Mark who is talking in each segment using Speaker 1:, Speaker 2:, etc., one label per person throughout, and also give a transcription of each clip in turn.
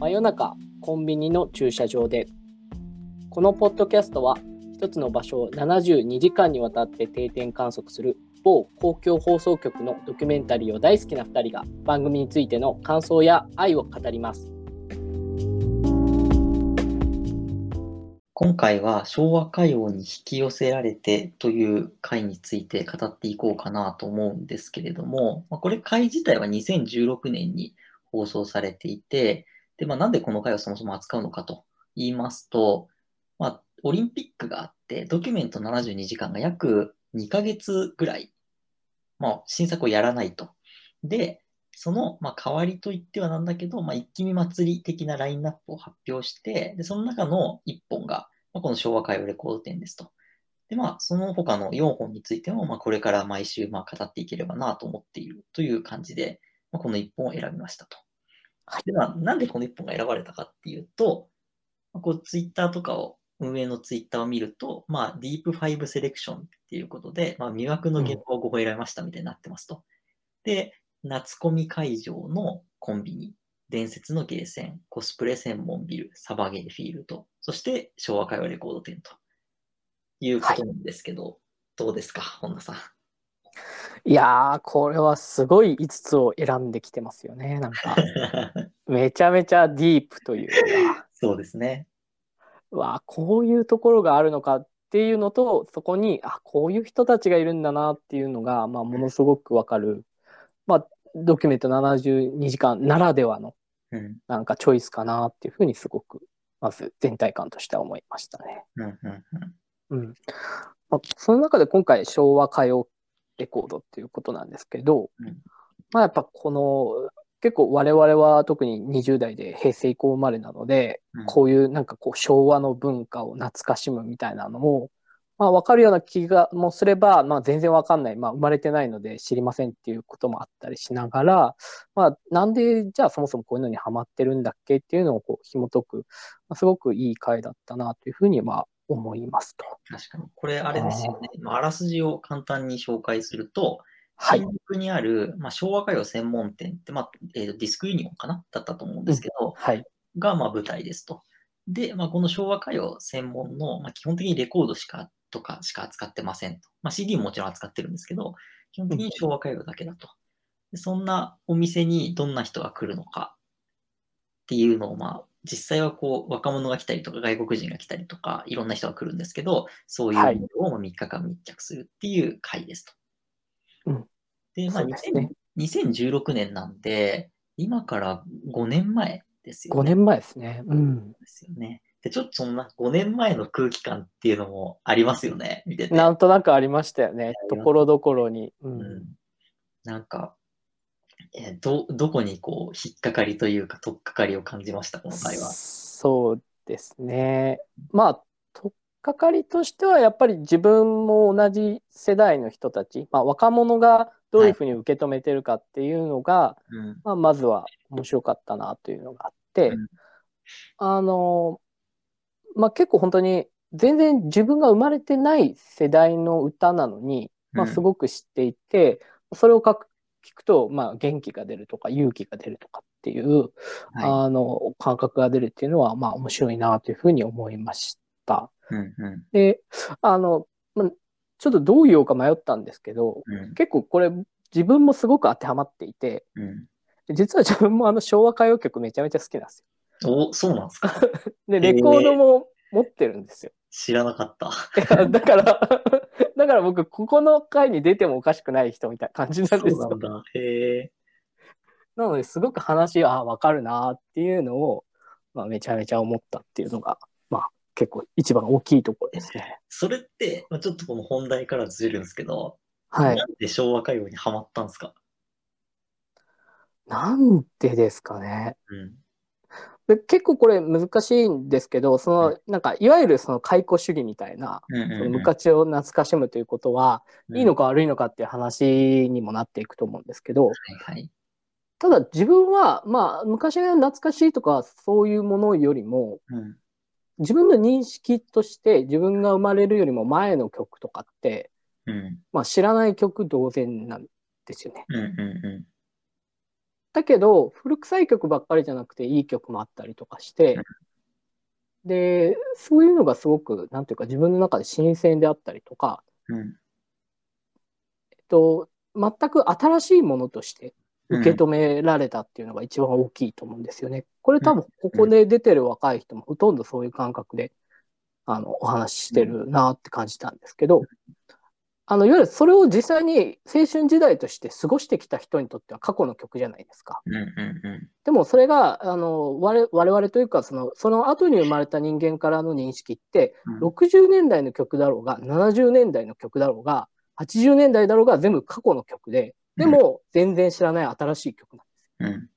Speaker 1: 真夜中コンビニの駐車場でこのポッドキャストは一つの場所を72時間にわたって定点観測する某公共放送局のドキュメンタリーを大好きな2人が番組についての感想や愛を語ります
Speaker 2: 今回は昭和歌謡に引き寄せられてという回について語っていこうかなと思うんですけれども、まあ、これ回自体は2016年に放送されていて、で、まあ、なんでこの回をそもそも扱うのかと言いますと、まあ、オリンピックがあって、ドキュメント72時間が約2ヶ月ぐらい、まあ、新作をやらないと。で、その、まあ、代わりといってはなんだけど、まあ、一気見祭り的なラインナップを発表して、で、その中の1本が、まあ、この昭和歌謡レコード展ですと。で、まあ、その他の4本についても、まあ、これから毎週、まあ、語っていければなと思っているという感じで、まあ、この1本を選びましたと。はい、で、まあ、なんでこの1本が選ばれたかっていうと、まあ、こう、ツイッターとかを、運営のツイッターを見ると、まあ、ディープファイブセレクションっていうことで、まあ、魅惑の現場をご選びましたみたいになってますと。うん、で、夏コミ会場のコンビニ、伝説のゲーセン、コスプレ専門ビル、サバゲーフィールド、そして昭和会話レコード店ということなんですけど、はい、どうですか、本田さん。
Speaker 1: いやー、これはすごい5つを選んできてますよね、なんか。めちゃめちゃディープというか。
Speaker 2: そうですね。
Speaker 1: わこういうところがあるのかっていうのと、そこに、あ、こういう人たちがいるんだなっていうのが、まあ、ものすごくわかる。まあ、ドキュメント72時間ならではの、なんかチョイスかなっていうふうにすごく、まず全体感としては思いましたね。うん、うんまあ、その中で今回、昭和歌謡レコードっていうことなんですけど、うん、まあ、やっぱこの、結構我々は特に20代で平成以降生まれなので、うん、こういうなんかこう昭和の文化を懐かしむみたいなのも、まあ、分かるような気がもすれば、まあ、全然分かんない、まあ、生まれてないので知りませんっていうこともあったりしながら、まあ、なんでじゃあそもそもこういうのにハマってるんだっけっていうのをこう紐解く、まあ、すごくいい回だったなというふうにまあ思いますと。
Speaker 2: 確かに。これあれですよね。あ,まあ、あらすじを簡単に紹介すると、新宿にある、はい、まあ、昭和歌謡専門店って、まあえー、ディスクユニオンかなだったと思うんですけど、うん、はい、がまあ舞台ですと。で、まあ、この昭和歌謡専門の、まあ、基本的にレコードしかとかしか扱ってませんと。まあ、CD ももちろん扱ってるんですけど、基本的に昭和歌謡だけだと。でそんなお店にどんな人が来るのかっていうのを、まあ、実際はこう若者が来たりとか外国人が来たりとかいろんな人が来るんですけど、そういうのを3日間密着するっていう回ですと。うん、で、まあ、ね、2016年なんで、今から5年前ですよね。
Speaker 1: 5年前ですね。うん。
Speaker 2: ですよね。で、ちょっとそんな5年前の空気感っていうのもありますよね、見てて。
Speaker 1: なんとなくありましたよね、ところどころに。うん、うん、
Speaker 2: なんか、えー、ど、どこにこう、引っかかりというか、取っかかりを感じました、この回は。
Speaker 1: そうですね。まあ、かかりとしてはやっぱり自分も同じ世代の人たち、まあ、若者がどういうふうに受け止めてるかっていうのが、はいうん、まあ、まずは面白かったなというのがあって、うん、あの、まあ、結構本当に全然自分が生まれてない世代の歌なのに、まあ、すごく知っていて、うん、それを聞くと、まあ、元気が出るとか勇気が出るとかっていう、はい、あの感覚が出るっていうのは、まあ、面白いなというふうに思いました。うんうん、で、あの、ま、ちょっとどう言おうか迷ったんですけど、うん、結構これ自分もすごく当てはまっていて、うん、実は自分もあの昭和歌謡曲めちゃめちゃ好きなんです
Speaker 2: よ。お、そうなんですか
Speaker 1: で、レコードも持ってるんですよ。え
Speaker 2: ー、知らなかった。
Speaker 1: だから、だから僕、ここの回に出てもおかしくない人みたいな感じなんですよ。
Speaker 2: そうなんだ。へえ。
Speaker 1: なので、すごく話、あ、わかるなっていうのを、まあ、めちゃめちゃ思ったっていうのが、まあ、結構一番大きいところですね。
Speaker 2: それって、まあ、ちょっとこの本題からずれるんですけど、
Speaker 1: はい、
Speaker 2: なんで昭和歌謡にはまったんですか
Speaker 1: なんでですかね、うん、結構これ難しいんですけどその、うん、なんかいわゆるその解雇主義みたいな、うんうんうん、その昔を懐かしむということは、うん、いいのか悪いのかっていう話にもなっていくと思うんですけど、
Speaker 2: はいはい、
Speaker 1: ただ自分は、まあ、昔が懐かしいとかそういうものよりも、うん自分の認識として自分が生まれるよりも前の曲とかって、
Speaker 2: うん、
Speaker 1: まあ、知らない曲同然なんですよね。
Speaker 2: うんうんうん、
Speaker 1: だけど、古臭い曲ばっかりじゃなくて、いい曲もあったりとかして、で、そういうのがすごく、なんていうか、自分の中で新鮮であったりとか、
Speaker 2: うん
Speaker 1: えっと、全く新しいものとして受け止められたっていうのが一番大きいと思うんですよね。これ多分、ここで出てる若い人もほとんどそういう感覚で、あの、お話ししてるなって感じたんですけど、あの、いわゆるそれを実際に青春時代として過ごしてきた人にとっては過去の曲じゃないですか。
Speaker 2: うんうんうん
Speaker 1: でもそれが、あの、我々我々というか、その、その後に生まれた人間からの認識って、
Speaker 2: うん
Speaker 1: 60年代の曲だろうが、70年代の曲だろうが、80年代だろうが、全部過去の曲で、でも、全然知らない新しい曲なんです。
Speaker 2: うん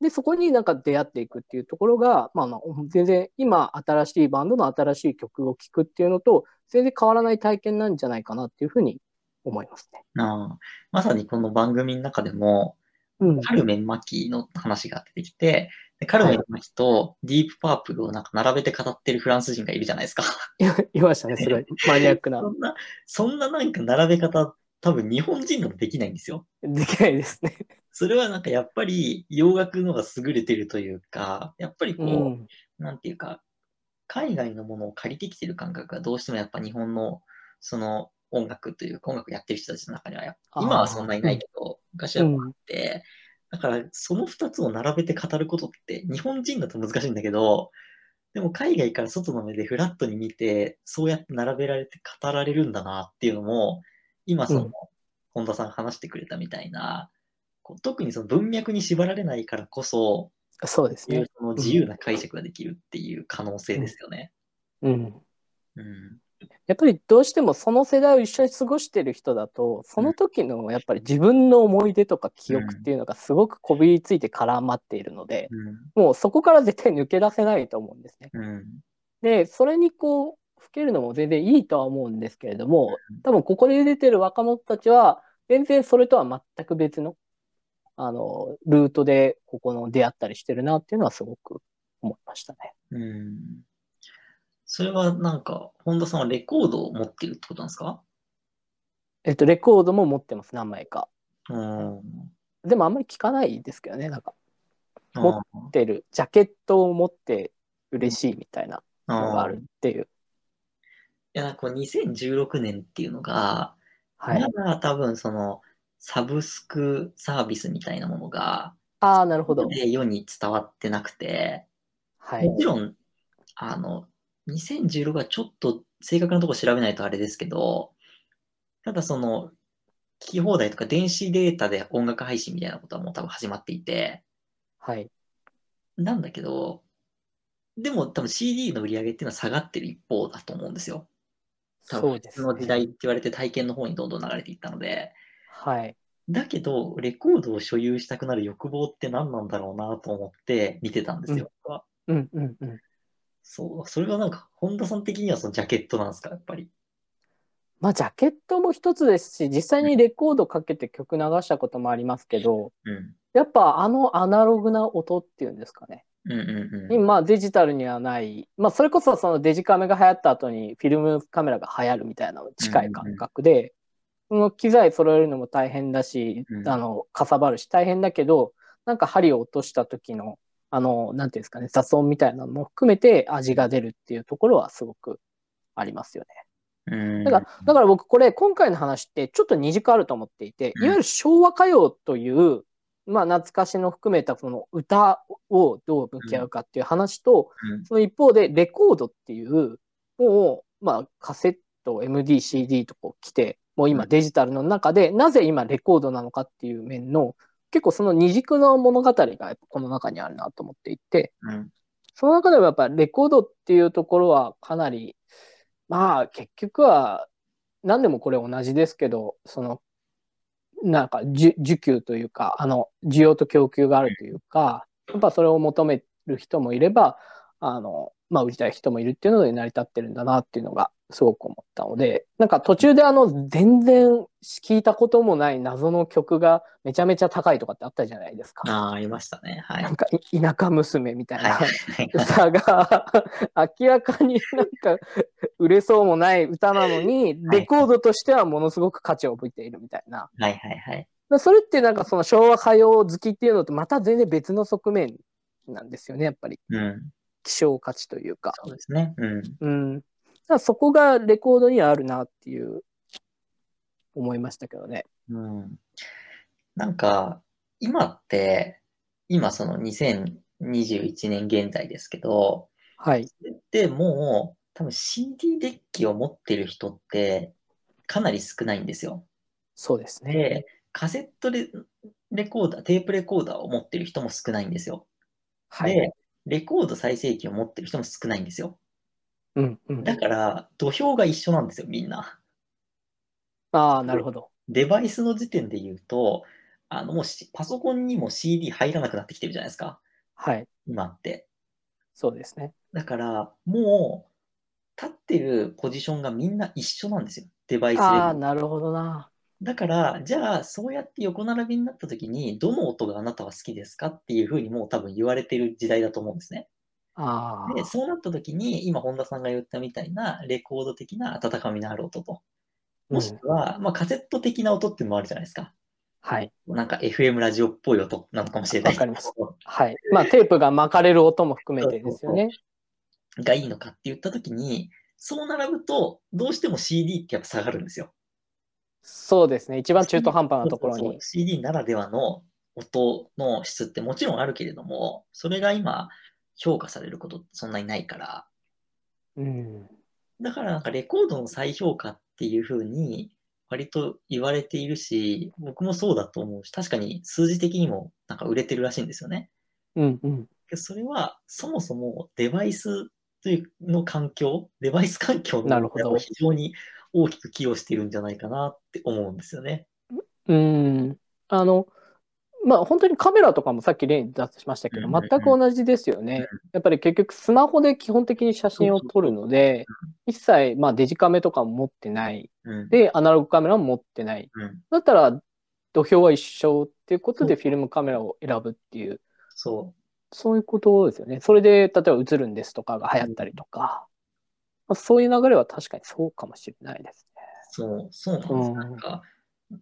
Speaker 1: で、そこになんか出会っていくっていうところが、まあまあ、全然今、新しいバンドの新しい曲を聴くっていうのと、全然変わらない体験なんじゃないかなっていうふうに思いますね。
Speaker 2: ああまさにこの番組の中でも、
Speaker 1: うん。
Speaker 2: カルメン・マキの話が出てきて、でカルメン・マキとディープ・パープルをなんか並べて語ってるフランス人がいるじゃないですか。
Speaker 1: いましたね、すごい。マニアッ クな
Speaker 2: そ。んな、そんななんか並べ方、多分日本人だとできないんですよ。
Speaker 1: できないですね。
Speaker 2: それはなんかやっぱり洋楽のが優れてるというか、やっぱりこ
Speaker 1: う
Speaker 2: う、
Speaker 1: ん。
Speaker 2: なんていうか、海外のものを借りてきてる感覚がどうしてもやっぱ日本のその音楽というか音楽やってる人たちの中にはやっぱ、
Speaker 1: あー
Speaker 2: 今はそんなにないけど、昔はやっぱ
Speaker 1: うん
Speaker 2: あって、だからその2つを並べて語ることって日本人だと難しいんだけど、でも海外から外の目でフラットに見て、そうやって並べられて語られるんだなっていうのも、今その、
Speaker 1: うん
Speaker 2: 本田さん話してくれたみたいな、こう特にその文脈に縛られないからこそ、
Speaker 1: そうですね。
Speaker 2: その自由な解釈ができるっていう可能性ですよね。
Speaker 1: うん。
Speaker 2: うん。
Speaker 1: やっぱりどうしてもその世代を一緒に過ごしてる人だと、その時のやっぱり自分の思い出とか記憶っていうのがすごくこびりついて絡まっているので、もうそこから絶対抜け出せないと思うんですね。
Speaker 2: うん。うん。
Speaker 1: で、それにこう、吹けるのも全然いいとは思うんですけれども、多分ここで出てる若者たちは、全然それとは全く別の、あの、ルートでここの出会ったりしてるなっていうのはすごく思いましたね。
Speaker 2: うん。それはなんか、本田さんはレコードを持ってるってことなんですか
Speaker 1: えっと、レコードも持ってます、何枚か。
Speaker 2: うん。
Speaker 1: でもあんまり聞かないですけどね、なんか。
Speaker 2: あ
Speaker 1: 持ってるジャケットを持って嬉しいみたいなのがあるっていう。
Speaker 2: いや、こう2016年っていうのが、
Speaker 1: はい。
Speaker 2: まだ多分その、サブスクサービスみたいなものが、
Speaker 1: ああ、なるほど。
Speaker 2: で世に伝わってなくて、
Speaker 1: はい
Speaker 2: も。ちろん、あの、2016はちょっと正確なとこ調べないとあれですけど、ただその、聞き放題とか電子データで音楽配信みたいなことはもう多分始まっていて、
Speaker 1: はい。
Speaker 2: なんだけど、でも多分 CD の売り上げっていうのは下がってる一方だと思うんですよ。多分
Speaker 1: そうです、
Speaker 2: その時代って言われて体験の方にどんどん流れていったので。
Speaker 1: はい。
Speaker 2: だけど、レコードを所有したくなる欲望って何なんだろうなと思って見てたんですよ。僕は
Speaker 1: うんうんうん。
Speaker 2: そう、それがなんか、本田さん的にはそのジャケットなんですか、やっぱり。
Speaker 1: まあ、ジャケットも一つですし、実際にレコードかけて曲流したこともありますけど、
Speaker 2: うん。
Speaker 1: やっぱあのアナログな音っていうんですかね。
Speaker 2: うんうんうん。
Speaker 1: 今デジタルにはない、まあそれこそそのデジカメが流行った後にフィルムカメラが流行るみたいなのに近い感覚で、その機材揃えるのも大変だし、
Speaker 2: うん
Speaker 1: あの、かさばるし大変だけど、なんか針を落とした時の、あの、なんていうんですかね、雑音みたいなのも含めて味が出るっていうところはすごくありますよね。
Speaker 2: うん
Speaker 1: だから、だから僕これ今回の話ってちょっと二軸あると思っていて、
Speaker 2: うん
Speaker 1: いわゆる昭和歌謡という、まあ懐かしの含めたその歌をどう向き合うかっていう話と、
Speaker 2: うん
Speaker 1: その一方でレコードっていう、もう、まあカセット、MD、CD とこう来て、もう今デジタルの中で、なぜ今レコードなのかっていう面の、結構その二軸の物語がやっぱこの中にあるなと思っていて、
Speaker 2: うん
Speaker 1: その中でもやっぱレコードっていうところはかなり、まあ結局は何でもこれ同じですけど、その、なんか需需給というか、あの、需要と供給があるというか、やっぱそれを求める人もいれば、あの、まあ売りたい人もいるっていうので成り立ってるんだなっていうのがすごく思ったので、なんか途中であの、全然聞いたこともない謎の曲がめちゃめちゃ高いとかってあったじゃないですか。
Speaker 2: ああ、ありましたね。はい。
Speaker 1: な
Speaker 2: は
Speaker 1: んかい田舎娘みたい
Speaker 2: い
Speaker 1: な。
Speaker 2: はいはい。
Speaker 1: 歌が明らかになんか売れそうもない歌なのに、
Speaker 2: はい
Speaker 1: レコードとしてはものすごく価値を覚えているみたいな。
Speaker 2: はいはいはい。
Speaker 1: まあそれってなんかその昭和歌謡好きっていうのとまた全然別の側面なんですよね、やっぱり。
Speaker 2: うん。
Speaker 1: 希少価値というか。
Speaker 2: そうですね。うん。
Speaker 1: うん。だからそこがレコードにはあるなっていう思いましたけどね。
Speaker 2: うんなんか、今って、今その2021年現在ですけど、
Speaker 1: はい。
Speaker 2: でもう多分 CD デッキを持ってる人ってかなり少ないんですよ。
Speaker 1: そうですね。
Speaker 2: で、カセットレレコーダー、テープレコーダーを持ってる人も少ないんですよ。
Speaker 1: はい。
Speaker 2: で、レコード再生機を持ってる人も少ないんですよ。
Speaker 1: うんうん。
Speaker 2: だから、土俵が一緒なんですよ、みんな。
Speaker 1: ああ、なるほど。
Speaker 2: デバイスの時点で言うと、あのもうしパソコンにも CD 入らなくなってきてるじゃないですか、
Speaker 1: はい。
Speaker 2: 今って。
Speaker 1: そうですね。
Speaker 2: だから、もう、立ってるポジションがみんな一緒なんですよ、デバイスレベル
Speaker 1: ああ、なるほどな。
Speaker 2: だから、じゃあ、そうやって横並びになった時に、どの音があなたは好きですかっていうふうにもう多分言われてる時代だと思うんですね。
Speaker 1: あ
Speaker 2: で、そうなった時に、今、本田さんが言ったみたいな、レコード的な温かみのある音と、
Speaker 1: あ。う
Speaker 2: もし
Speaker 1: ん。
Speaker 2: くは、まあ、カセット的な音っていうのもあるじゃないですか。
Speaker 1: はい。
Speaker 2: なんか FM ラジオっぽい音なのかもしれない。
Speaker 1: わかります。はい。まあ、テープが巻かれる音も含めてですよね。
Speaker 2: がいいのかって言った時に、そう並ぶと、どうしても CD ってやっぱ下がるんですよ。
Speaker 1: そうですね。一番中途半端なところ
Speaker 2: そうそ
Speaker 1: に
Speaker 2: うそう。CD ならではの音の質ってもちろんあるけれども、それが今評価されることってそんなにないから、
Speaker 1: うん。
Speaker 2: だからなんかレコードの再評価っていう風に割と言われているし、僕もそうだと思うし、確かに数字的にもなんか売れてるらしいんですよね。
Speaker 1: うんうん。
Speaker 2: でそれはそもそもデバイスというの環境、デバイス環境
Speaker 1: な
Speaker 2: の
Speaker 1: るほど
Speaker 2: 非常に大きく寄与してるんじゃないかなって思うんですよね。
Speaker 1: うん。あの、まあ本当にカメラとかもさっき例に出しましたけど、
Speaker 2: うんうんうん
Speaker 1: 全く同じですよね。やっぱり結局スマホで基本的に写真を撮るので、一切まあデジカメとかも持ってない。
Speaker 2: うん。
Speaker 1: で、アナログカメラも持ってない。
Speaker 2: うん、
Speaker 1: だったら土俵は一緒っていうことで
Speaker 2: そう
Speaker 1: フィルムカメラを選ぶっていう、
Speaker 2: そう。
Speaker 1: そういうことですよね。それで例えば映るんですとかが流行ったりとか、まあ、そういう流れは確かにそうかもしれないですね。
Speaker 2: そう、そうなんです。
Speaker 1: うん
Speaker 2: なんか、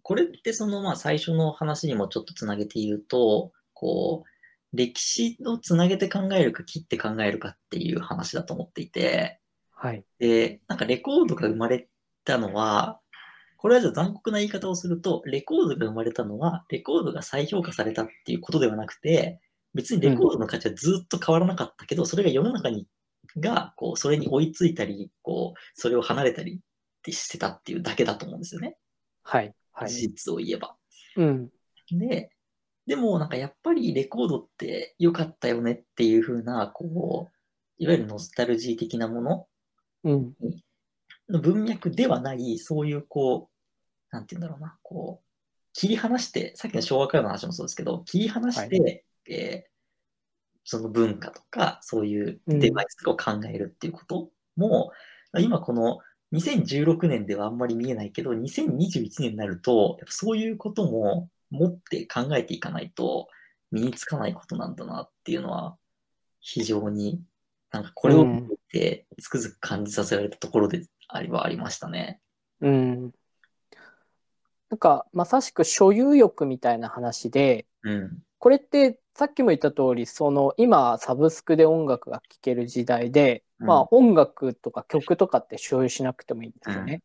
Speaker 2: これってそのまあ最初の話にもちょっとつなげて言うと、こう、歴史をつなげて考えるか切って考えるかっていう話だと思っていて、
Speaker 1: はい。
Speaker 2: で、なんかレコードが生まれたのは、これはじゃあ残酷な言い方をすると、レコードが生まれたのは、レコードが再評価されたっていうことではなくて、別にレコードの価値はずっと変わらなかったけど、それが世の中に、が、こう、それに追いついたり、こう、それを離れたりってしてたっていうだけだと思うんですよね。
Speaker 1: はい。はい。
Speaker 2: 事実を言えば。
Speaker 1: うん。
Speaker 2: で、でもなんかやっぱりレコードって良かったよねっていう風な、こう、いわゆるノスタルジー的なもの
Speaker 1: うん。
Speaker 2: の文脈ではない、そういうこう、なんて言うんだろうな、こう、切り離して、さっきの昭和歌謡の話もそうですけど、切り離して、えーその文化とか、そういうデバイスを考えるっていうことも、今この2016年ではあんまり見えないけど、2021年になると、やっぱそういうことも持って考えていかないと身につかないことなんだなっていうのは、非常に、なんかこれを
Speaker 1: うん
Speaker 2: 見て、つくづく感じさせられたところでありはありましたね。
Speaker 1: うん。なんか、まさしく所有欲みたいな話で、
Speaker 2: うん。
Speaker 1: これってさっきも言った通り、その今サブスクで音楽が聴ける時代で、
Speaker 2: うん
Speaker 1: まあ音楽とか曲とかって所有しなくてもいいんですよね。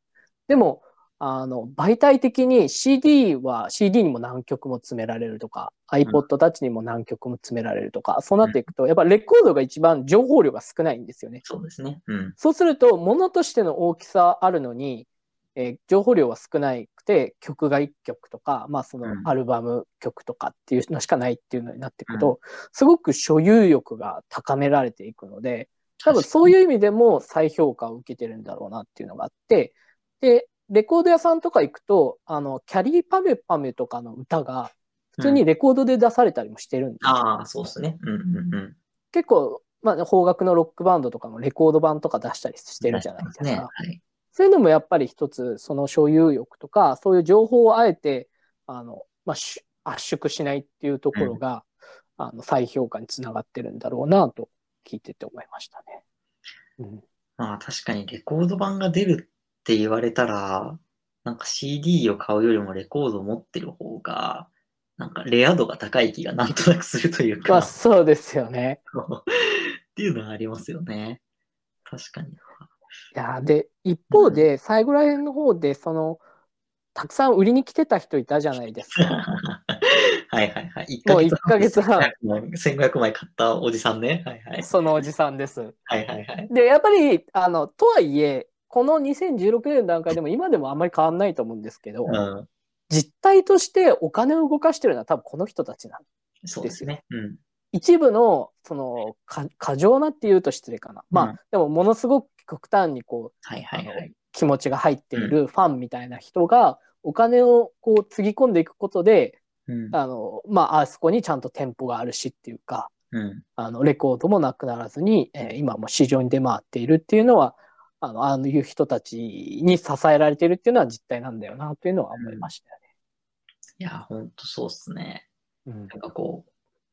Speaker 1: でも、あの、媒体的に CD は CD にも何曲も詰められるとか、iPod Touch にも何曲も詰められるとか、そうなっていくと、やっぱレコードが一番情報量が少ないんですよね。
Speaker 2: そうですね。うん。
Speaker 1: そうすると、物としての大きさあるのに、えー情報量は少なくて、曲が1曲とか、まあ、その
Speaker 2: うん
Speaker 1: アルバム曲とかっていうのしかないっていうのになってくると、すごく所有欲が高められていくので、多分そう
Speaker 2: う。
Speaker 1: いう意味でも再評価を受けてるんだろうなっていうのがあって、で、レコード屋さんとか行くと、あの、キャリーパメュパメュとかの歌が、普通にレコードで出されたりもしてるんですよ
Speaker 2: ああ、そうですね。うんうんうん。
Speaker 1: 結構、まあ、邦楽のロックバンドとかもレコード版とか出したりしてるじゃないですか。
Speaker 2: ね。はい。
Speaker 1: そういうのもやっぱり一つ、その所有欲とか、そういう情報をあえて、あの、まあ、し圧縮しないっていうところが、あの、再評価につながってるんだろうなと聞いてて思いましたね。
Speaker 2: まあ確かにレコード版が出るって言われたら、なんか CD を買うよりもレコードを持ってる方が、なんかレア度が高い気がなんとなくするという
Speaker 1: まあ
Speaker 2: か、
Speaker 1: そうですよね。
Speaker 2: っていうのはありますよね。確かに。
Speaker 1: いやーで一方で最後らへんの方でそのたくさん売りに来てた人いたじゃないです か。
Speaker 2: はいはいはい。
Speaker 1: もう1ヶ月半。
Speaker 2: 1500枚買ったおじさんね。はいはい。
Speaker 1: そのおじさんです。
Speaker 2: はいはいはい。
Speaker 1: でやっぱりあのとはいえこの2016年の段階でも今でもあんまり変わんないと思うんですけど、
Speaker 2: うん。
Speaker 1: 実態としてお金を動かしてるのは多分この人たちなん
Speaker 2: そうですね。うん。
Speaker 1: 一部のそのか過剰なっていうと失礼かな、ま
Speaker 2: う
Speaker 1: あでもものすごく極端にこう
Speaker 2: はいはいはい。
Speaker 1: 気持ちが入っているファンみたいな人がお金をこうつぎ込んでいくことで、
Speaker 2: うん。
Speaker 1: あのまああそこにちゃんと店舗があるしっていうか
Speaker 2: うん。
Speaker 1: あのレコードもなくならずに、えー今も市場に出回っているっていうのはあのああいう人たちに支えられているっていうのは実態なんだよなというのは思いましたよ
Speaker 2: いや、ほんとそうっすね。
Speaker 1: ね。うん
Speaker 2: なんかこう、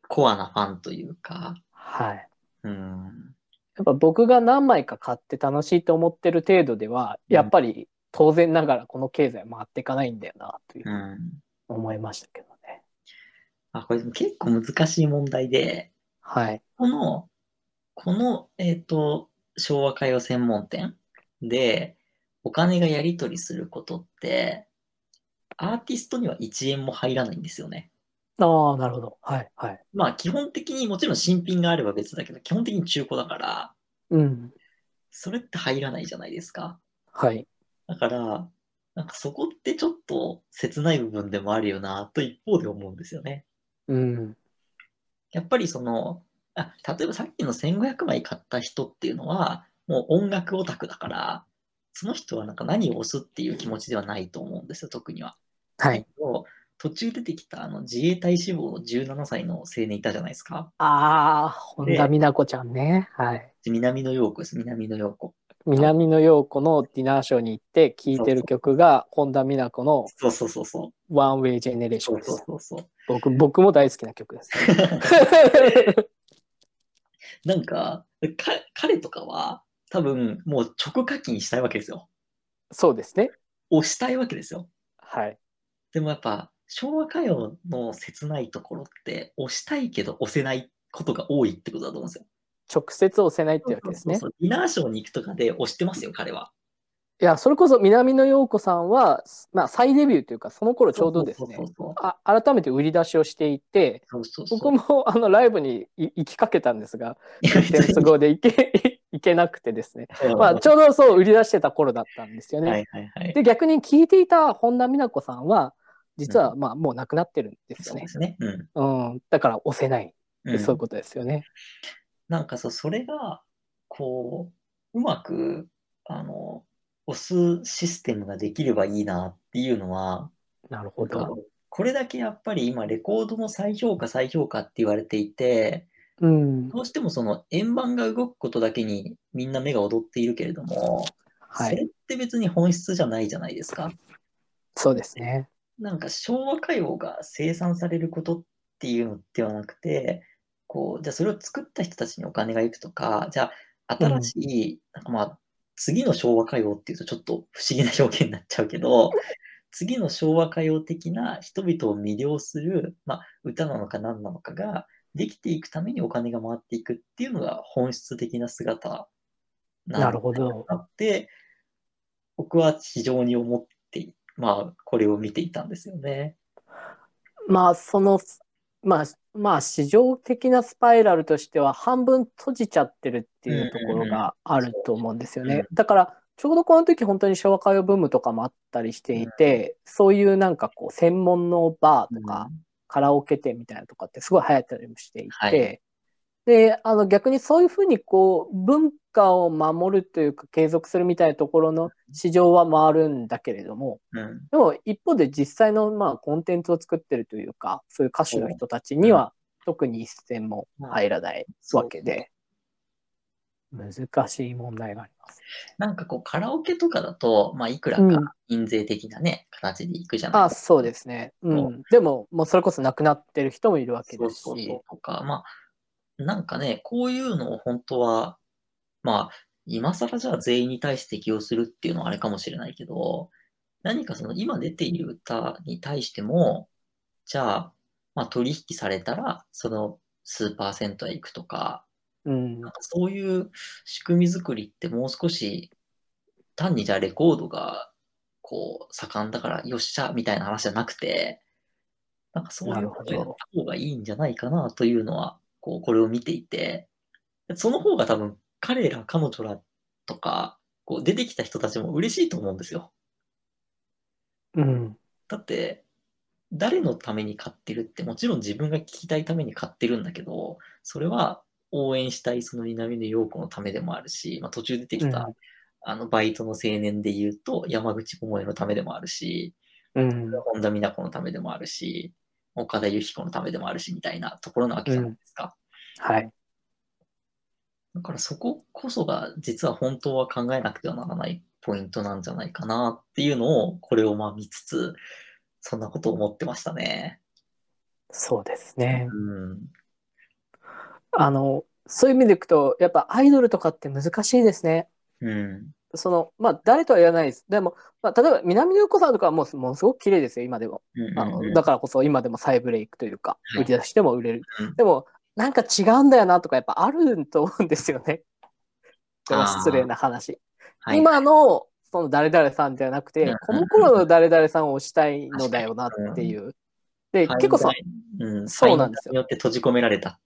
Speaker 2: コアなファンというか、
Speaker 1: はい
Speaker 2: うん。
Speaker 1: やっぱ僕が何枚か買って楽しいと思ってる程度では、
Speaker 2: うん
Speaker 1: やっぱり当然ながらこの経済は回っていかないんだよなという
Speaker 2: う
Speaker 1: ふうに
Speaker 2: ん。
Speaker 1: 思いましたけどね。
Speaker 2: あ、これでも結構難しい問題で、
Speaker 1: はい。
Speaker 2: この、この、えっ、と、昭和歌謡専門店で、お金がやり取りすることって、アーティストには1円も入らないんですよね。
Speaker 1: ああ、なるほど。はい、はい。
Speaker 2: まあ、基本的にもちろん新品があれば別だけど、基本的に中古だから、
Speaker 1: うん。
Speaker 2: それって入らないじゃないですか。
Speaker 1: はい。
Speaker 2: だから、なんかそこってちょっと切ない部分でもあるよな、と一方で思うんですよね。
Speaker 1: うん。
Speaker 2: やっぱりその、あ例えばさっきの1500枚買った人っていうのは、もう音楽オタクだから、その人はなんか何を押すっていう気持ちではないと思うんですよ、特には。
Speaker 1: はい。
Speaker 2: 途中出てきたあの自衛隊志望の17歳の青年いたじゃないですか。
Speaker 1: ああ、本田美奈子ちゃんね。はい。
Speaker 2: 南野陽子です、南野陽子。
Speaker 1: 南野陽子のディナーショーに行って聴いてる曲が本田美奈子の
Speaker 2: そうそうそうそう。
Speaker 1: ワンウェイジェネレーション
Speaker 2: そう
Speaker 1: で
Speaker 2: そう
Speaker 1: す。
Speaker 2: そうそう。
Speaker 1: 僕、僕も大好きな曲 です。
Speaker 2: なんかか、彼とかは多分もう直課金したいわけですよ。
Speaker 1: そうですね。
Speaker 2: 押したいわけですよ。
Speaker 1: はい。
Speaker 2: でもやっぱ昭和歌謡の切ないところって押したいけど押せないことが多いってことだと思うんですよ。
Speaker 1: 直接押せないってわけですね。
Speaker 2: そうそうそうディナーショーに行くとかで押してますよ、彼は。
Speaker 1: いや、それこそ南野陽子さんは、まあ、再デビューというか、その頃ちょうどですね
Speaker 2: そ、うそう
Speaker 1: あ改めて売り出しをしていて、
Speaker 2: そうそうそう
Speaker 1: 僕もあのライブにい行きかけたんです が、全都合で行け 行けなくてですね、ま あ、ちょうどそう売り出してた頃だったんですよね。
Speaker 2: はいはいはい。
Speaker 1: で、逆に聞いていた本田美奈子さんは、実はまあもう亡くなってるんですよ
Speaker 2: そう
Speaker 1: ね
Speaker 2: で。すね。うん。
Speaker 1: うん、だから押せないって、
Speaker 2: うん
Speaker 1: そういうことですよね。
Speaker 2: なんかそう、それが、こう、うまく、あの、押すシステムができればいいなっていうのは、
Speaker 1: なるほど。
Speaker 2: これだけやっぱり今、レコードの再評価、再評価って言われていて、
Speaker 1: うん。
Speaker 2: どうしてもその円盤が動くことだけにみんな目が踊っているけれども、
Speaker 1: は
Speaker 2: そ
Speaker 1: い。
Speaker 2: れって別に本質じゃないじゃないですか。
Speaker 1: そうですね。
Speaker 2: なんか昭和歌謡が生産されることっていうのではなくて、こう、じゃあそれを作った人たちにお金が行くとか、じゃあ新しい、なんかまあ、次の昭和歌謡っていうとちょっと不思議な表現になっちゃうけど、次の昭和歌謡的な人々を魅了する、まあ、歌なのか何なのかができていくためにお金が回っていくっていうのが本質的な姿なんだ
Speaker 1: なるほど。
Speaker 2: なって、僕は非常に思ってい、まあ、これを見ていたんですよね。
Speaker 1: まあそのまあまあ市場的なスパイラルとしては半分閉じちゃってるっていうところがあると思うんですよ
Speaker 2: うんう
Speaker 1: ね
Speaker 2: ん。
Speaker 1: だからちょうどこの時本当に昭和歌謡ブームとかもあったりしていて、そういうなんかこう専門のバーとかカラオケ店みたいなとかってすごい流行ったりもしていて、
Speaker 2: はい
Speaker 1: であの逆にそういうふうにこう文化を守るというか継続するみたいなところの市場は回るんだけれども、
Speaker 2: うん、
Speaker 1: でも一方で実際のまあコンテンツを作ってるというかそういう歌手の人たちには特に一銭も入らないわけで難しい問題があります。
Speaker 2: なんかこう、カラオケとかだと、まあ、いくら
Speaker 1: うん
Speaker 2: か印税的なね、形でいくじゃない
Speaker 1: あそうですね、うん、でももうそれこそ亡くなってる人もいるわけ
Speaker 2: そう
Speaker 1: ですし
Speaker 2: そうそうとか、まあ、なんかね、こういうのを本当は、まあ、今更じゃあ全員に対して適用するっていうのはあれかもしれないけど、何かその今出ている歌に対しても、じゃあ、まあ、取引されたら、その数パーセントへ行くとか、
Speaker 1: うん
Speaker 2: なんかそういう仕組み作りってもう少し、単にじゃあレコードがこう盛んだからよっしゃみたいな話じゃなくて、なんかそういうことをやった方がいいんじゃないかなというのは、こう、これを見ていて、その方が多分彼ら、彼女らとか、こう出てきた人たちも嬉しいと思うんですよ。
Speaker 1: うん
Speaker 2: だって、誰のために買ってるって、もちろん自分が聞きたいために買ってるんだけど、それは応援したいその南野陽子のためでもあるし、まあ、途中出てきた、
Speaker 1: う
Speaker 2: あのバイトの青年で言うと、山口百恵のためでもあるし、
Speaker 1: うん
Speaker 2: 本田美奈子のためでもあるし、岡田由紀子のためでもあるし、みたいなところなわけじゃないですか。
Speaker 1: はい
Speaker 2: だからそここそが実は本当は考えなくてはならないポイントなんじゃないかなっていうのを、これをまあ見つつ、そんなことを思ってましたね。
Speaker 1: そうですね
Speaker 2: うん。
Speaker 1: あのそういう意味でいくとやっぱアイドルとかって難しいですね
Speaker 2: うん。
Speaker 1: そのまあ誰とは言わないですでも、まあ、例えば南野陽子さんとかはもうものすごく綺麗ですよ今でも
Speaker 2: うん
Speaker 1: あ
Speaker 2: うんう
Speaker 1: の
Speaker 2: ん
Speaker 1: だからこそ今でも再ブレイクというか
Speaker 2: は
Speaker 1: 売
Speaker 2: い
Speaker 1: り出しても売れる
Speaker 2: うん
Speaker 1: でもなんか違うんだよなとかやっぱあると思うんですよ ねこれは失礼な話
Speaker 2: はい
Speaker 1: 今のその誰々さんじゃなく
Speaker 2: うん
Speaker 1: て、この頃の誰々さんを推したいのだよなっていう。で、結構その
Speaker 2: 海外うん、
Speaker 1: そうなんですよ
Speaker 2: 海外によって閉じ込められたっ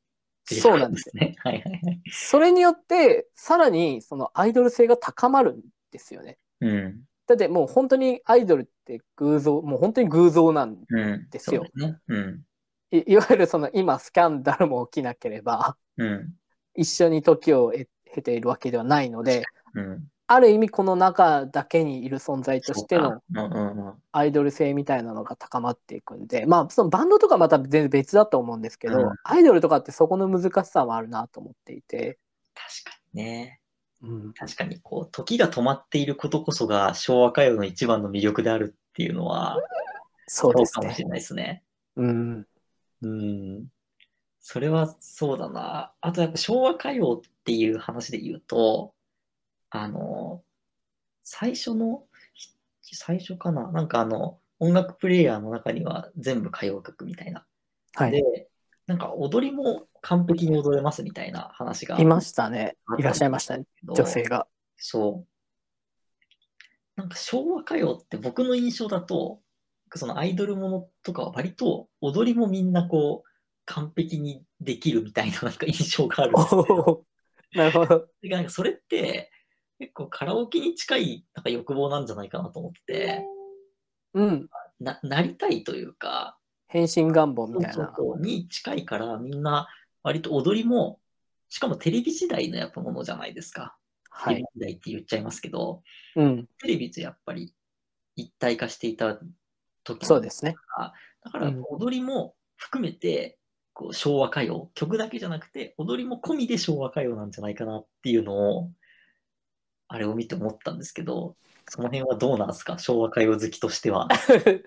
Speaker 2: てい
Speaker 1: そうなんです
Speaker 2: すね。 はいはいはい。
Speaker 1: それによって、さらにそのアイドル性が高まるんですよね。
Speaker 2: うん。
Speaker 1: だってもう本当にアイドルって偶像、もう本当に偶像なん
Speaker 2: うん。
Speaker 1: ですよ
Speaker 2: そうね。うん。
Speaker 1: いいわゆるその今スキャンダルも起きなければ、
Speaker 2: うん。
Speaker 1: 一緒に時を経経ているわけではないので、
Speaker 2: うん。
Speaker 1: ある意味この中だけにいる存在としての
Speaker 2: そうか。うんうんうん。
Speaker 1: アイドル性みたいなのが高まっていくんで、まあ、そのバンドとかまた全然別だと思うんですけど、
Speaker 2: うん
Speaker 1: アイドルとかってそこの難しさもあるなと思っていて、
Speaker 2: 確かにね。
Speaker 1: うん、
Speaker 2: 確かに、こう、時が止まっていることこそが昭和歌謡の一番の魅力であるっていうのは、
Speaker 1: そうです
Speaker 2: かも
Speaker 1: ね
Speaker 2: し。れないですね。
Speaker 1: うん、
Speaker 2: うん。それはそうだな。あとやっぱ昭和歌謡っていう話で言うと、あの、最初の、ひ最初かななんかあの、音楽プレイヤーの中には全部歌謡曲みたいな。
Speaker 1: はい。
Speaker 2: で、なんか踊りも完璧に踊れますみたいな話が
Speaker 1: いましたね。いらっしゃいま
Speaker 2: し
Speaker 1: したね、
Speaker 2: た
Speaker 1: 女性が。
Speaker 2: そう。なんか昭和歌謡って僕の印象だと、そのアイドルものとかは割と踊りもみんなこう、完璧にできるみたいななんか印象があるん
Speaker 1: お
Speaker 2: ですけど
Speaker 1: お、 なるほど。
Speaker 2: でなんかそれって結構カラオケに近いなんか欲望なんじゃないかなと思ってて、
Speaker 1: うん、
Speaker 2: ななりたいというか、
Speaker 1: 変身願望
Speaker 2: そう
Speaker 1: みたい
Speaker 2: そう
Speaker 1: な。
Speaker 2: そうに近いからみんな割と踊りも、しかもテレビ時代のやっぱものじゃないですか。
Speaker 1: は
Speaker 2: テレ
Speaker 1: い。
Speaker 2: ビ時代って言っちゃいますけど、
Speaker 1: うん、
Speaker 2: テレビとやっぱり一体化していた時
Speaker 1: そうですすね。
Speaker 2: だから
Speaker 1: うん
Speaker 2: 踊りも含めて、こう昭和歌謡曲だけじゃなくて踊りも込みで昭和歌謡なんじゃないかなっていうのをあれを見て思ったんですけどその辺はどうなんですか昭和歌謡好きとしては。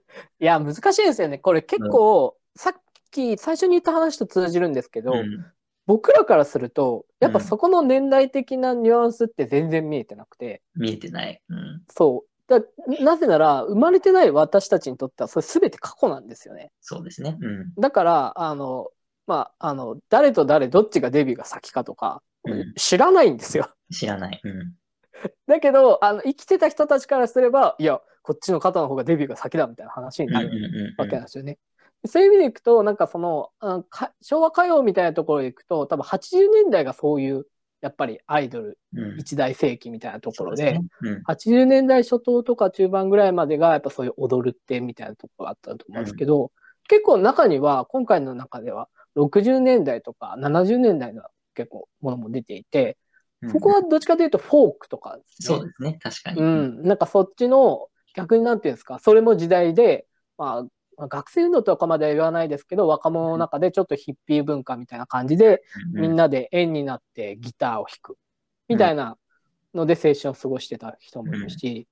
Speaker 1: いや、難しいですよね。これ結構、さっき最初に言った話と通じるんですけど、
Speaker 2: うん
Speaker 1: 僕らからすると、やっぱ
Speaker 2: うん
Speaker 1: そこの年代的なニュアンスって全然見えてなくて、
Speaker 2: 見えてない。うん、
Speaker 1: そう。だなぜなら、生まれてない私たちにとっては、それ全て過去なんですよね。
Speaker 2: そうですね。うん
Speaker 1: だから、あの、まあ、あの、誰と誰、どっちがデビューが先かとか
Speaker 2: うん、
Speaker 1: 知らないんですよ。
Speaker 2: 知らない。うん
Speaker 1: だけど、あの、生きてた人たちからすれば、いや、こっちの方の方がデビューが先だみたいな話に
Speaker 2: うんう
Speaker 1: なんる
Speaker 2: うん
Speaker 1: わけなんですよね。そういう意味でいくと、なんかその、あのか昭和歌謡みたいなところでいくと、多分80年代がそういう、やっぱりアイドル
Speaker 2: うん
Speaker 1: 一大世紀みたいなとこ
Speaker 2: そう
Speaker 1: ろ
Speaker 2: です
Speaker 1: で
Speaker 2: ね、うん
Speaker 1: 80年代初頭とか中盤ぐらいまでがやっぱそういう踊るってみたいなところがあったと思うんですけど、結構中には今回の中では60年代とか70年代の結構ものも出ていて
Speaker 2: うん
Speaker 1: そこはどっちかというとフォークとかですね、
Speaker 2: そうですね。確かに。
Speaker 1: うん、なんかそっちの逆になんていうんですかそれも時代で、まあまあ、学生運動とかまでは言わないですけど若者の中でちょっとヒッピー文化みたいな感じで
Speaker 2: う
Speaker 1: みんなで円になってギターを弾くみたいなので青春を過ごしてた人もいるし、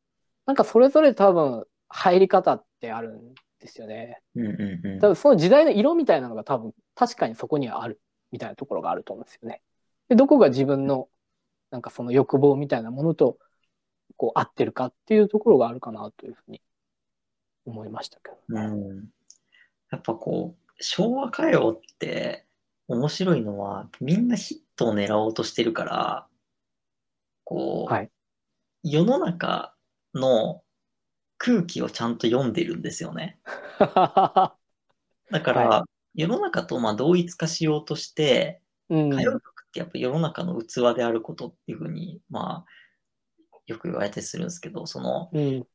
Speaker 1: なんかそれぞれ多分入り方ってあるんですよね。
Speaker 2: うんうんうん
Speaker 1: 多分その時代の色みたいなのが多分確かにそこにはあるみたいなところがあると思うんですよね。でどこが自分のなんかその欲望みたいなものとこう合ってるかっていうところがあるかなというふうに思いましたけ
Speaker 2: う
Speaker 1: どね。
Speaker 2: ん、やっぱこう昭和歌謡って面白いのはみんなヒットを狙おうとしてるからこう、
Speaker 1: はい
Speaker 2: 世の中の空気をちゃんと読んでるんですよね。だから、
Speaker 1: は
Speaker 2: 世の中とまあ同一化しようとして
Speaker 1: うん
Speaker 2: 歌謡曲ってやっぱ世の中の器であることっていうふうに、まあ、よく言われてするんですけどその
Speaker 1: うん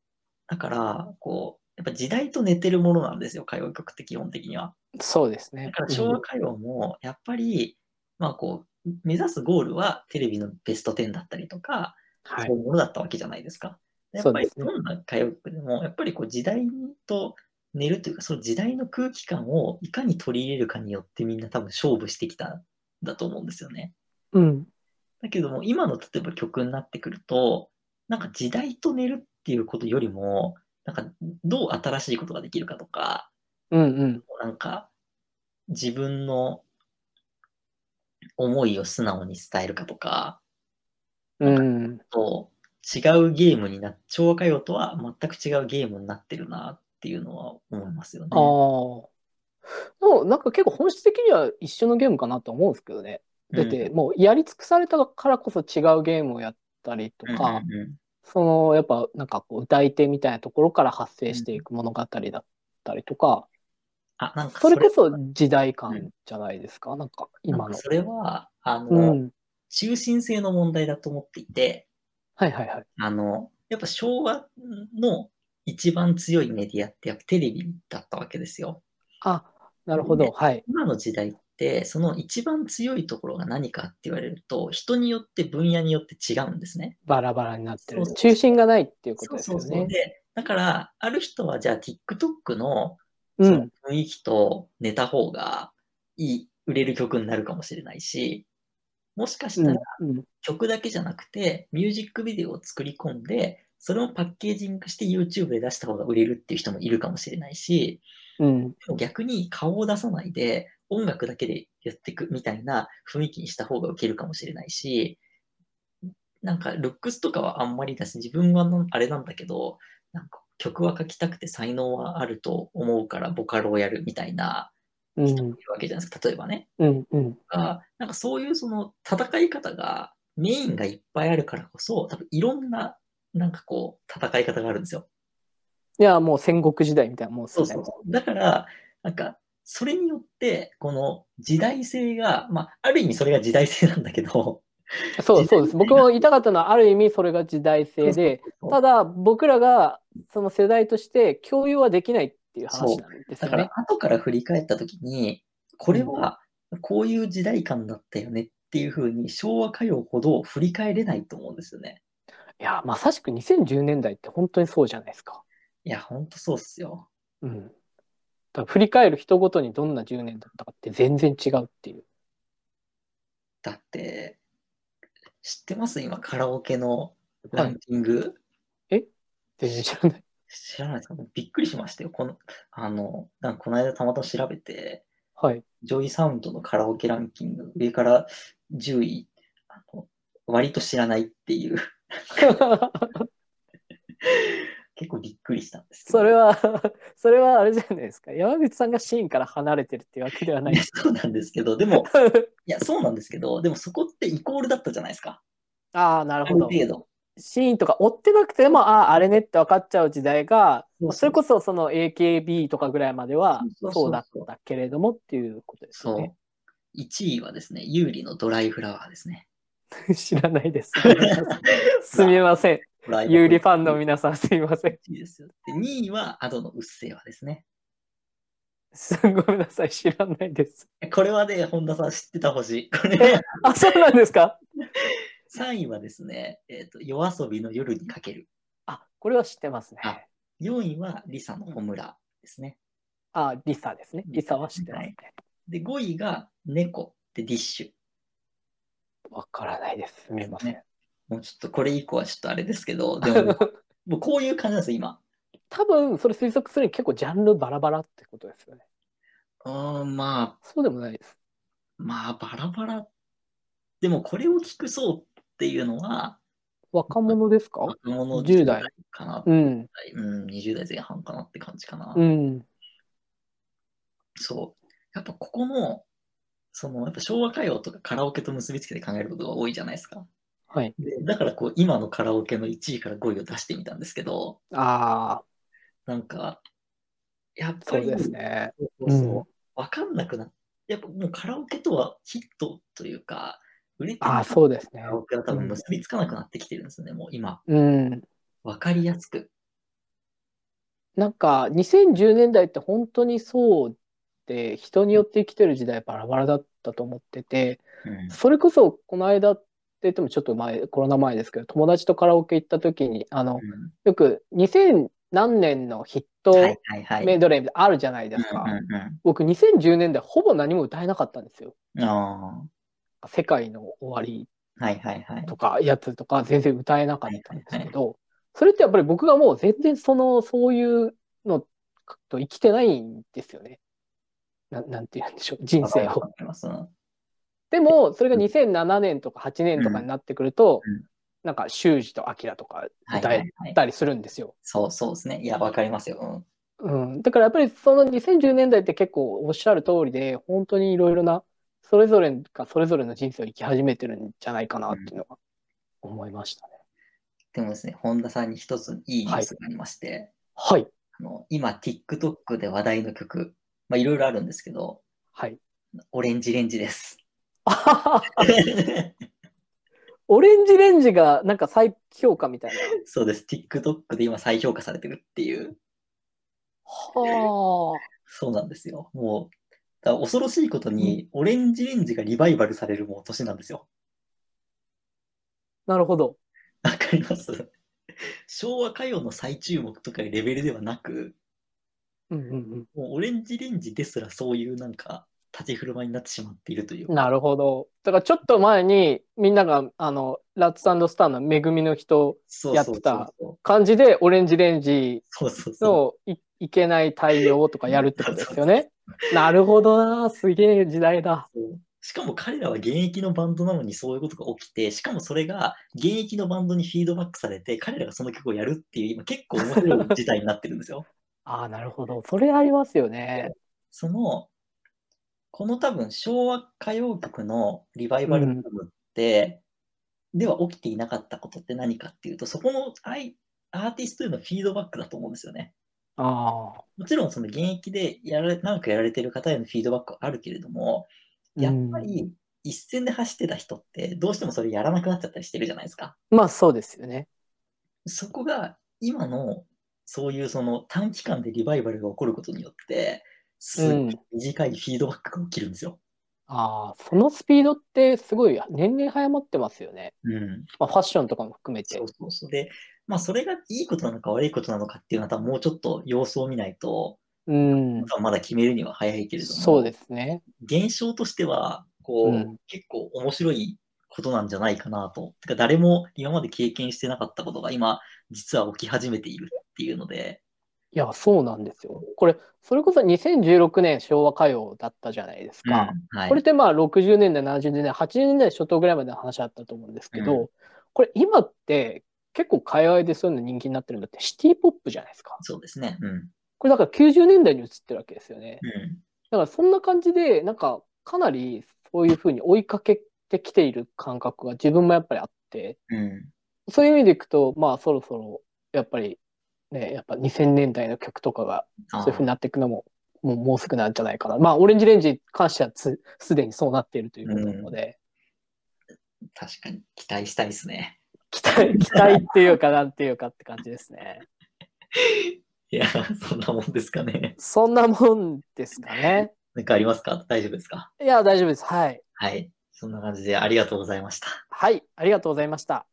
Speaker 2: だからこうやっぱ時代と寝てるものなんですよ歌謡曲って基本的には。
Speaker 1: そうですね
Speaker 2: だ。から昭和歌謡もやっぱり、まあこう目指すゴールはテレビのベスト10だったりとか、
Speaker 1: はい
Speaker 2: そういうものだったわけじゃないですか。や
Speaker 1: そ
Speaker 2: っ
Speaker 1: う
Speaker 2: ぱ
Speaker 1: で
Speaker 2: り
Speaker 1: すね
Speaker 2: どんな歌謡曲でもやっぱりこう時代と寝るというかその時代の空気感をいかに取り入れるかによってみんな多分勝負してきたんだと思うんですよね。
Speaker 1: うん、
Speaker 2: だけども今の例えば曲になってくるとなんか時代と寝るっていうことよりもなんかどう新しいことができるかとか
Speaker 1: うん、うん。
Speaker 2: なんか、自分の思いを素直に伝えるかとか、
Speaker 1: うん、
Speaker 2: と違うゲームにな、昭和歌謡とは全く違うゲームになってるなっていうのは思いますよね。
Speaker 1: ああ。でもなんか結構本質的には一緒のゲームかなと思うんですけどね。
Speaker 2: う
Speaker 1: だ
Speaker 2: ん
Speaker 1: ってもうやり尽くされたからこそ違うゲームをやったりとか、
Speaker 2: うんうん
Speaker 1: そのやっぱなんかこう歌い手みたいなところから発生していく物語だったりとか、
Speaker 2: あ、なんか
Speaker 1: それこそ
Speaker 2: なん
Speaker 1: 時代感じゃないですか、なんか今
Speaker 2: か
Speaker 1: の。
Speaker 2: それは、あの、
Speaker 1: うん、
Speaker 2: 中心性の問題だと思っていて、
Speaker 1: はいはいはい。
Speaker 2: あの、やっぱ昭和の一番強いメディアってやっぱテレビだったわけですよ。
Speaker 1: あなるほど、
Speaker 2: ね
Speaker 1: はい。
Speaker 2: 今の時代ってその一番強いところが何かって言われると人によって分野によって違うんですね。
Speaker 1: バラバラになってる
Speaker 2: そう。
Speaker 1: 中心がないっていうことです
Speaker 2: そ
Speaker 1: よ
Speaker 2: うそうそう
Speaker 1: ね。
Speaker 2: でだからある人はじゃあ TikTok の
Speaker 1: う
Speaker 2: その
Speaker 1: ん、
Speaker 2: 雰囲気と寝た方がいい売れる曲になるかもしれないしもしかし
Speaker 1: う
Speaker 2: た
Speaker 1: ん
Speaker 2: ら、
Speaker 1: うん。
Speaker 2: 曲だけじゃなくてミュージックビデオを作り込んでそれをパッケージングして YouTube で出した方が売れるっていう人もいるかもしれないし、
Speaker 1: うん、
Speaker 2: でも逆に顔を出さないで音楽だけでやっていくみたいな雰囲気にした方がウケるかもしれないし、なんかルックスとかはあんまりだし、自分はなあれなんだけど、なんか曲は書きたくて才能はあると思うからボカロをやるみたいな
Speaker 1: う
Speaker 2: 人も
Speaker 1: ん
Speaker 2: い、るわけじゃないですか、例えばね。
Speaker 1: うん、うん。
Speaker 2: がなんかそういうその戦い方がメインがいっぱいあるからこそ、多分いろんななんかこう戦い方があるんですよ。
Speaker 1: いや、もう戦国時代みたいなもんです
Speaker 2: そう
Speaker 1: よ
Speaker 2: そう
Speaker 1: ね。
Speaker 2: そう。だから、なんか、それによって、この時代性が、まあ、ある意味それが時代性なんだけど、
Speaker 1: そう
Speaker 2: 時代
Speaker 1: そうです。僕も言いたかったのは、ある意味それが時代性で、
Speaker 2: そうそ
Speaker 1: た
Speaker 2: う
Speaker 1: だ僕らがその世代として共有はできないっていう話なんです
Speaker 2: だ
Speaker 1: よ
Speaker 2: から
Speaker 1: ね。、
Speaker 2: 後から振り返ったときに、これはこういう時代感だったよねっていうふうに、昭和歌謡ほど振り返れないと思うんですよね。
Speaker 1: いや、まさしく2010年代って本当にそうじゃないですか。
Speaker 2: いや、ほんとそうっすよ。
Speaker 1: うん。だから振り返る人ごとにどんな10年だったかって全然違うっていう。
Speaker 2: だって、知ってます今、カラオケのランキング。
Speaker 1: 全然知らない。
Speaker 2: 知らないですかびっくりしましたよ。この、あの、なんかこの間たまたま調べて、
Speaker 1: はい。
Speaker 2: ジョイサウンドのカラオケランキング、上から10位、あの割と知らないっていう、 結構びっくりしたんですけ ど。
Speaker 1: それは、それはあれじゃないですか。山口さんがシーンから離れてるっていうわけではない
Speaker 2: いや。 そうなんですけど、でも、いや、そうなんですけど、でもそこってイコールだったじゃないですか。
Speaker 1: ああ、なる
Speaker 2: あ
Speaker 1: ほ
Speaker 2: る
Speaker 1: ど。
Speaker 2: 程度。
Speaker 1: シーンとか追ってなくても、ああ、あれねって分かっちゃう時代が、
Speaker 2: そう
Speaker 1: それこそその AKB とかぐらいまでは
Speaker 2: そうそう
Speaker 1: そ
Speaker 2: そうう
Speaker 1: だったけれどもっていうことですよ
Speaker 2: そ
Speaker 1: ね。
Speaker 2: う。1位はですね、有利のドライフラワーですね。
Speaker 1: 知らないです。 すみません。 有利ファンの
Speaker 2: み
Speaker 1: 皆さんすみません。
Speaker 2: いいですよ。で2位はアドのうっせぇわですね。
Speaker 1: すごめんなさい。知らないです。
Speaker 2: これはね、本田さん知ってたほしい。これ ね、
Speaker 1: あ、そうなんですか
Speaker 2: 3位はですね、えっ、と、夜遊びの夜にかける。
Speaker 1: あ、これは知ってますね。
Speaker 2: あ4位はリサのホムラですね。
Speaker 1: あ、リサですね。リサは知ってますね。
Speaker 2: で、5位が猫でディッシュ。
Speaker 1: わからないです。すみません
Speaker 2: ね。もうちょっとこれ以降はちょっとあれですけど、で も、もうこういう感じなんですよ、今。
Speaker 1: 多分、それ推測するに結構ジャンルバラバラってことですよね。
Speaker 2: うーん、まあ、
Speaker 1: そうでもないです。
Speaker 2: まあ、バラバラ。でも、これを聞く層っていうのは、
Speaker 1: 若者ですか
Speaker 2: 若者
Speaker 1: 10代
Speaker 2: かな、
Speaker 1: うん。
Speaker 2: うん、20代前半かなって感じかな。
Speaker 1: うん。
Speaker 2: そう。やっぱここの、その、やっぱ昭和歌謡とかカラオケと結びつけて考えることが多いじゃないですか。
Speaker 1: はい。
Speaker 2: でだからこう、今のカラオケの1位から5位を出してみたんですけど、
Speaker 1: ああ、
Speaker 2: なんか、やっぱ
Speaker 1: そう
Speaker 2: り、
Speaker 1: ですね。
Speaker 2: そうそうそう
Speaker 1: うん
Speaker 2: わかんなくなっやっぱもうカラオケとはヒットというか、売れて
Speaker 1: あ
Speaker 2: な
Speaker 1: あ、
Speaker 2: い
Speaker 1: そうですね
Speaker 2: カ。ラオケは多分結びつかなくなってきてるんですよね、もう今。
Speaker 1: うん。
Speaker 2: わかりやすく。
Speaker 1: なんか、2010年代って本当にそうで、人によって生きてる時代バラバラだったと思ってて、
Speaker 2: うん
Speaker 1: それこそ、この間って言ってもちょっと前、コロナ前ですけど、友達とカラオケ行った時に、あの、よく2000何年のヒッ
Speaker 2: うんは
Speaker 1: ト
Speaker 2: いはいはい。
Speaker 1: メドレーあるじゃないです
Speaker 2: うん
Speaker 1: か。
Speaker 2: うん
Speaker 1: 僕、2010年代ほぼ何も歌えなかったんですよ。
Speaker 2: うん、あ
Speaker 1: 世界の終わり
Speaker 2: あ、はいはいはい。
Speaker 1: とかやつとか全然歌えなかったんですけど、それってやっぱり僕がもう全然その、そういうのと生きてないんですよね。ななんて言うんでしょう、人生を
Speaker 2: わ。かります。うん
Speaker 1: でも、それが2007年とか8年とかになってくると
Speaker 2: うんうん、
Speaker 1: なんか、修二と明とか
Speaker 2: はい
Speaker 1: 歌
Speaker 2: は
Speaker 1: え
Speaker 2: いはい。
Speaker 1: たりするんですよ。
Speaker 2: そうそうですね。いや、わかりますよ。うん
Speaker 1: うん、だからやっぱりその2010年代って結構おっしゃる通りで、本当にいろいろな、それぞれがそれぞれの人生を生き始めてるんじゃないかなっていうのは思いましたね。
Speaker 2: でもですね、本田さんに一ついいニュースがありまして、
Speaker 1: はい。
Speaker 2: あの今、TikTok で話題の曲、まあ、いろいろあるんですけど、
Speaker 1: はい。
Speaker 2: オレンジレンジです。
Speaker 1: あははオレンジレンジがなんか再評価みたいな。
Speaker 2: そうです。TikTok で今再評価されてるっていう。
Speaker 1: は
Speaker 2: そうなんですよ。もう、だから恐ろしいことに、オレンジレンジがリバイバルされるもう年なんですよ。
Speaker 1: あ。なるほど。
Speaker 2: わかります昭和歌謡の再注目とかいうレベルではなく、
Speaker 1: うんうん
Speaker 2: もうオレンジレンジですらそういうなんか立ち振る舞いになってしまっているという
Speaker 1: う
Speaker 2: か
Speaker 1: ん。なるほど。だからちょっと前にみんながあの、ラッツスターの恵みの人
Speaker 2: そうそうそう
Speaker 1: 感じでオレンジレンジ
Speaker 2: そうそうそう
Speaker 1: のいいけない対応とかやるってことですよ ね。なるほどな、すげえ時代だ。
Speaker 2: そうしかも彼らは現役のバンドなのにそういうことが起きてしかもそれが現役のバンドにフィードバックされて彼らがその曲をやるっていう今結構面白い事態になってるんですよ
Speaker 1: ああ、なるほど。それありますよね。
Speaker 2: そのこの多分昭和歌謡曲のリバイバルブームって、では起きていなかったことって何かっていうとそこのアイアーティストへのフィードバックだと思うんですよね
Speaker 1: ああ。
Speaker 2: もちろんその現役でやられ長くやられてる方へのフィードバックはあるけれども、やっぱり一線で走ってた人ってどうしてもそれやらなくなっちゃったりしてるじゃないですか。
Speaker 1: まあそうですよね。
Speaker 2: そこが今のそういうその短期間でリバイバルが起こることによってす
Speaker 1: う
Speaker 2: ご
Speaker 1: ん
Speaker 2: い短いフィードバックが起きるんですよ。
Speaker 1: ああ、そのスピードってすごい年々早まってますよね。
Speaker 2: うん、
Speaker 1: まあ、ファッションとかも含めて
Speaker 2: そ。うそうそうで、まあ、それがいいことなのか悪いことなのかっていうのは多分もうちょっと様子を見ないと
Speaker 1: うん。
Speaker 2: まだ決めるには早いけれども
Speaker 1: そうですね。
Speaker 2: 現象としてはこう、
Speaker 1: うん
Speaker 2: 結構面白いことなんじゃないかなと。てか誰も今まで経験してなかったことが今実は起き始めているっていうので、
Speaker 1: いや、そうなんですよ。これ、それこそ2016年昭和歌謡だったじゃないですか。
Speaker 2: うんはい、
Speaker 1: これってまあ60年代、70年代、80年代初頭ぐらいまでの話だったと思うんですけど、これ今って結構界隈でそういうの人気になってるのってシティポップじゃないですか。
Speaker 2: そうですね。うん。う
Speaker 1: これだから90年代に移ってるわけですよね。
Speaker 2: ん、
Speaker 1: だからそんな感じで、なんかかなりそういうふうに追いかけてきている感覚が自分もやっぱりあって、
Speaker 2: うん、
Speaker 1: そういう意味でいくと、まあそろそろやっぱりね、やっぱ2000年代の曲とかが
Speaker 2: あー
Speaker 1: そういうふうになっていくのも、もうもうすぐなんじゃないかな。まあ、オレンジレンジに関してはつすでにそうなっているということなので、
Speaker 2: 確かに期待したいですね。
Speaker 1: 期待、期待っていうか、なんていうかって感じですね。
Speaker 2: いや、そんなもんですかね。
Speaker 1: そんなもんですかね。
Speaker 2: なんかありますか大丈夫ですか
Speaker 1: いや、大丈夫です。はい。
Speaker 2: はい。そんな感じでありがとうございました。
Speaker 1: はい、ありがとうございました。